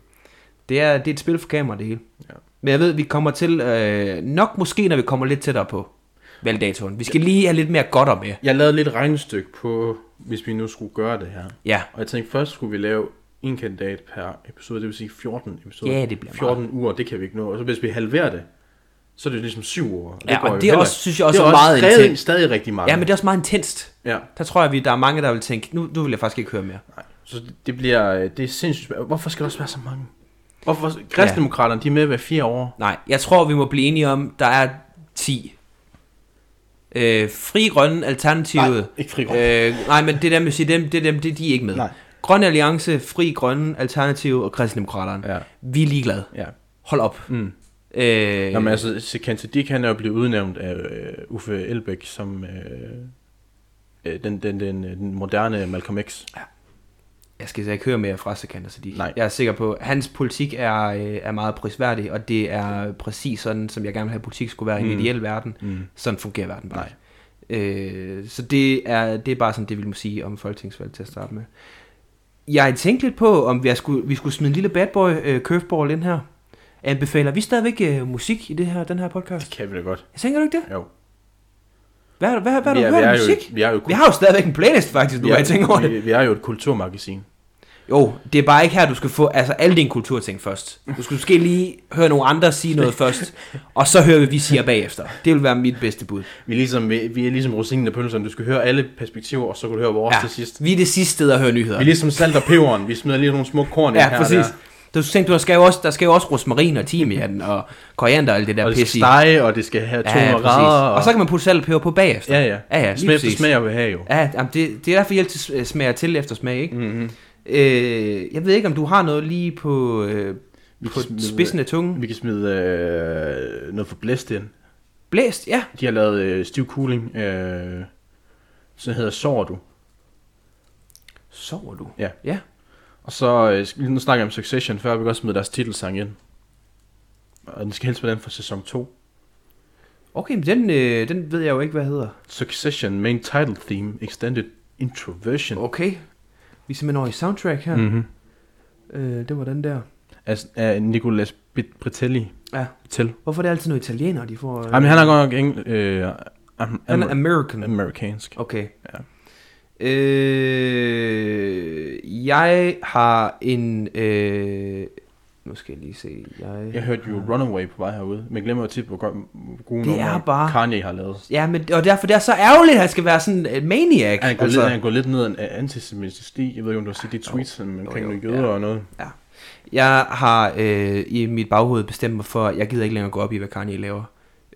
S1: det er, det er et spil for kamera, det hele.
S2: Ja.
S1: Ja. Men jeg ved, vi kommer til, øh, nok måske, når vi kommer lidt tættere på valgdatoen. Vi skal lige have lidt mere godt om med.
S2: Jeg lavede lidt regnestykke på, hvis vi nu skulle gøre det her.
S1: Ja,
S2: Og jeg tænkte, først skulle vi lave en kandidat per episode, det vil sige 14 episoder.
S1: Ja, det bliver
S2: 14 uger, det kan vi ikke nå. Og så hvis vi halverer det, så er det ligesom 7 uger. Og
S1: Ja,
S2: går
S1: og
S2: jo
S1: det er
S2: heller
S1: også,
S2: ikke.
S1: synes jeg også,
S2: det er
S1: er meget
S2: stadig,
S1: intenst.
S2: stadig rigtig meget.
S1: ja men det er også meget intenst.
S2: ja.
S1: Der tror jeg, vi, der er mange, der vil tænke, nu, nu vil jeg faktisk ikke høre mere.
S2: Nej. Så det bliver, øh, det er sindssygt spændende. Hvorfor skal der også være så mange? Hvorfor? Kristdemokraterne, de er med hver fire år.
S1: Nej, jeg tror, vi må blive enige om, der er 10. Øh, fri Grønne Alternativet.
S2: ikke fri grøn.
S1: Nej, øh, nej men det er dem, jeg siger, dem, det er dem, det er de ikke med.
S2: Nej.
S1: Grøn Alliance, Fri Grønne, Alternativet og Kristendemokraterne.
S2: Ja,
S1: Vi er ligeglade.
S2: ja.
S1: Hold op.
S2: Mm.
S1: Øh,
S2: Nå, men altså, Sekan Siddiq, han er jo blevet udnævnt af øh, Uffe Elbæk som øh, øh, den, den, den, øh, den moderne Malcolm X.
S1: Jeg skal så ikke høre mere fra Sekander Siddiq.
S2: Nej.
S1: Jeg er sikker på, at hans politik er, øh, er meget prisværdig, og det er præcis sådan, som jeg gerne vil have, at politik skulle være i en
S2: Mm.
S1: mm. ideel verden.
S2: Mm.
S1: Sådan fungerer verden bare. Nej. Øh, så det er, det er bare sådan, det vi må sige om folketingsvalg til at starte med. Jeg tænkte lidt på, om vi skulle, vi skulle smide en lille bad boy øh, curveball ind her. Anbefaler vi stadigvæk øh, musik i det her, den her
S2: Det
S1: podcast?
S2: kan vi da godt.
S1: Jeg tænker du ikke det?
S2: Jo.
S1: Hvad, hvad, hvad, hvad har du
S2: er-
S1: hørt af
S2: er jo,
S1: musik?
S2: vi er jo, et
S1: Vi har jo stadigvæk en playlist faktisk,
S2: kul-
S1: du
S2: vi er-
S1: har tænkt over det.
S2: vi, vi er jo et kulturmagasin.
S1: Jo, det er bare ikke her, du skal få altså, alle dine kulturting først. Du skal måske lige høre nogle andre sige noget først, og så høre, hvad vi siger bagefter. Det vil være mit bedste bud.
S2: Vi er ligesom, vi, vi er ligesom rosinen og pølserne. Du skal høre alle perspektiver, og så kan du høre vores ja. til sidst.
S1: vi er det sidste sted at høre nyheder.
S2: Vi er ligesom salt og peberen. Vi smider lige nogle små korn
S1: ja,
S2: ind her
S1: præcis.
S2: og
S1: Du skal tænke, du skal jo også, der skal jo også rosmarin og timian og koriander og alt det
S2: der.
S1: der
S2: Og det skal
S1: pisse i.
S2: stege, og det skal have 200
S1: ja,
S2: grader.
S1: Og... og så kan man putte salt og peber på bagefter.
S2: Ja, ja.
S1: ja, ja lige
S2: Smag efter
S1: præcis.
S2: smag, jeg vil have jo.
S1: Ja, jamen det, det er derfor hjælp til s- smager til efter smag, ikke?
S2: Mm-hmm.
S1: Øh, jeg ved ikke, om du har noget lige på, øh,
S2: Vi
S1: på
S2: kan smide-
S1: spidsen af tungen.
S2: Vi kan smide øh, noget for blæst ind.
S1: Blæst, ja.
S2: De har lavet øh, stiv cooling, øh, som hedder Sover du.
S1: Sover du?
S2: Ja.
S1: Ja.
S2: Og så, øh, sk- nu snakker jeg om Succession før, vi kan også smide deres titelsang ind. Og den skal helst være den fra sæson 2.
S1: Okay, men den, øh, den ved jeg jo ikke, hvad hedder.
S2: Succession Main Title Theme Extended Introversion.
S1: Okay. Vi er simpelthen over i soundtrack her. Mm.
S2: Mm-hmm.
S1: Øh, det var den der.
S2: Af, af Nicolas Bit- Britelli
S1: Ja.
S2: til.
S1: Hvorfor er det altid nogle italienere, de får... Øh,
S2: Ej, men han er godt nok engl- øh, am-
S1: han er
S2: amer-
S1: American.
S2: amerikansk.
S1: Okay.
S2: Ja.
S1: Øh, jeg har en... Øh, nu skal jeg lige se. Jeg,
S2: Jeg hørte jo Runaway på vej herude, men jeg glemmer jo tit, hvor godt- hvor gode
S1: Det er
S2: numre
S1: bare-
S2: Kanye har lavet.
S1: Ja, men, og derfor det er så ærgerligt, at han skal være sådan en maniac.
S2: Han går, altså, lidt, han går lidt ned af antisemitisk sti. Jeg ved ikke, om du har set de tweets om- omkring
S1: jo,
S2: nogle jøder
S1: ja.
S2: og noget.
S1: Jeg har øh, i mit baghoved bestemt mig for, at jeg gider ikke længere gå op i, hvad Kanye laver.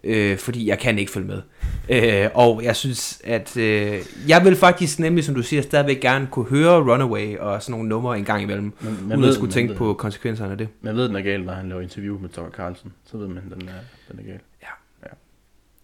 S1: Øh, fordi jeg kan ikke følge med. Øh, og jeg synes, at øh, jeg vil faktisk nemlig, som du siger, stadigvæk gerne kunne høre Runaway og sådan nogle numre en gang imellem.
S2: Man,
S1: Man uden at skulle
S2: man
S1: tænke
S2: ved,
S1: på konsekvenserne af det.
S2: Man ved, den er gal, når han laver interview med Tucker Carlson. Så ved man, den er, den er gal.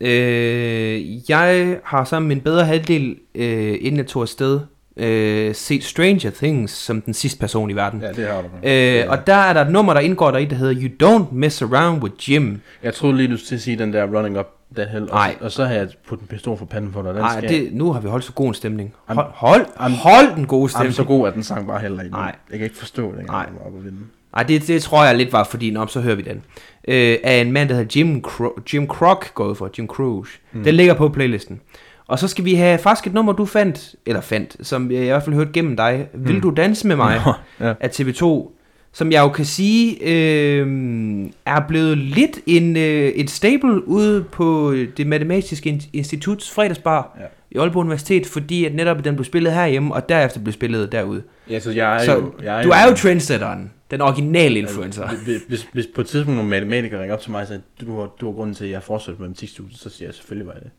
S1: Øh, jeg har sammen med en bedre halvdel, øh, inden jeg tog afsted, øh, set Stranger Things som den sidste person i verden.
S2: Ja, det har du.
S1: Øh, og der er der et nummer, der indgår deri, der hedder You Don't Mess Around With Jim.
S2: Jeg troede lige, du skulle til at sige den der running up that hill. Og,
S1: Nej.
S2: og så har jeg puttet en pistol for panden på dig. Den
S1: Nej,
S2: skal...
S1: det, nu har vi holdt så god en stemning.
S2: Am-
S1: Hold, hold,
S2: am-
S1: hold den gode
S2: Jamen,
S1: stemning.
S2: så god er den sang bare heller ikke.
S1: Nej.
S2: Jeg kan ikke forstå det,
S1: Nej.
S2: engang, den var oppe at vinde.
S1: Nej, det, det tror jeg lidt var, fordi nå, så hører vi den. Øh, af en mand, der hedder Jim, Cro- Jim Croc, gået for Jim Cruise. Mm. Den ligger på playlisten. Og så skal vi have faktisk et nummer, du fandt, eller fandt, som jeg i hvert fald hørte gennem dig. Vil du danse med mig?
S2: Mm. ja.
S1: af TV2, som jeg jo kan sige øh, er blevet lidt en, øh, et staple ude på det matematiske in- instituts fredagsbar
S2: Ja.
S1: ja. i Aalborg Universitet, fordi at netop den blev spillet herhjemme, og derefter blev spillet derude.
S2: Ja, så jeg er
S1: Så
S2: jo... Jeg
S1: du er jo trendsetteren, den originale influencer.
S2: Hvis, hvis, hvis på et tidspunkt nogle matematikere ringer op til mig og siger, du har, du har grunden til, at jeg har fortsat med matematikstudiet, så siger jeg selvfølgelig, var jeg det.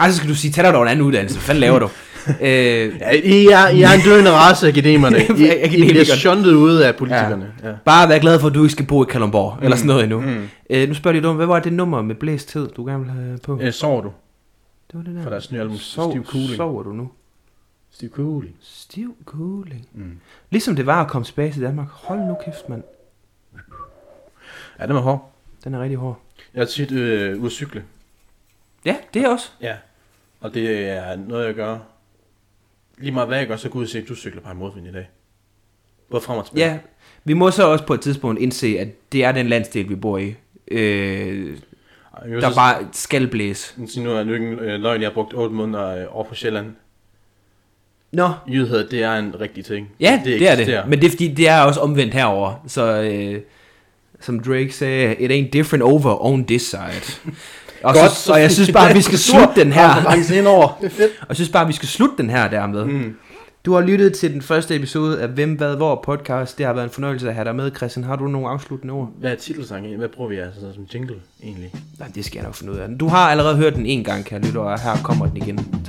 S1: Ej, så skal du sige, tag dig dog en anden uddannelse, hvad fanden laver du? øh,
S2: Ja, I, er, I er en døende race, akademerne. I, I
S1: Akademikerne.
S2: bliver shuntet ud af politikerne. Ja. Ja.
S1: bare vær glad for, at du ikke skal bo i Kalundborg, mm. eller sådan noget endnu. Mm. Øh, nu spørger de dig, hvad var det nummer med blæst tid, du gerne ville have på?
S2: Øh, sover du
S1: det var det der.
S2: for deres nye album, Stiv
S1: Sov,
S2: Cooling?
S1: sover du nu?
S2: Stiv Cooling.
S1: Stiv cooling.
S2: Mm.
S1: Ligesom det var at komme tilbage til Danmark. Hold nu kæft, mand.
S2: Ja, den var hård.
S1: Den er rigtig hård.
S2: Jeg er tit øh, ude at cykle.
S1: Ja, det er også.
S2: Ja. Og det er noget, jeg gør. Lige meget hvad jeg gør, så går jeg ud og siger, du cykler bare en modvind i dag. Både frem og tilbage.
S1: Ja, vi må så også på et tidspunkt indse, at det er den landsdel, vi bor i. Øh,
S2: Ej, jeg vil
S1: der
S2: så
S1: bare skal blæse.
S2: sige, nu er det jo ikke en øh, løgn, jeg har brugt 8 måneder øh, over på Sjælland.
S1: Nå,
S2: Jydhed, det er en rigtig ting.
S1: ja, det, det er
S2: eksisterer.
S1: det. Men det er fordi, det er også omvendt herover. Så øh, som Drake sagde, it ain't different over on this side. Og,
S2: Godt,
S1: så, og jeg synes bare, vi skal slutte den her.
S2: Reference ind over. Det er fedt.
S1: Og jeg synes bare, vi skal slutte den her dermed.
S2: Mm.
S1: Du har lyttet til den første episode af Hvem, Hvad, Hvor podcast. Det har været en fornøjelse at have dig med, Christian. Har du nogle afsluttende ord?
S2: Hvad er titelsangen? egentlig? Hvad bruger vi altså som jingle egentlig?
S1: Nej, det skal jeg nok finde ud af. Du har allerede hørt den en gang, kan jeg lytte, og her kommer den igen.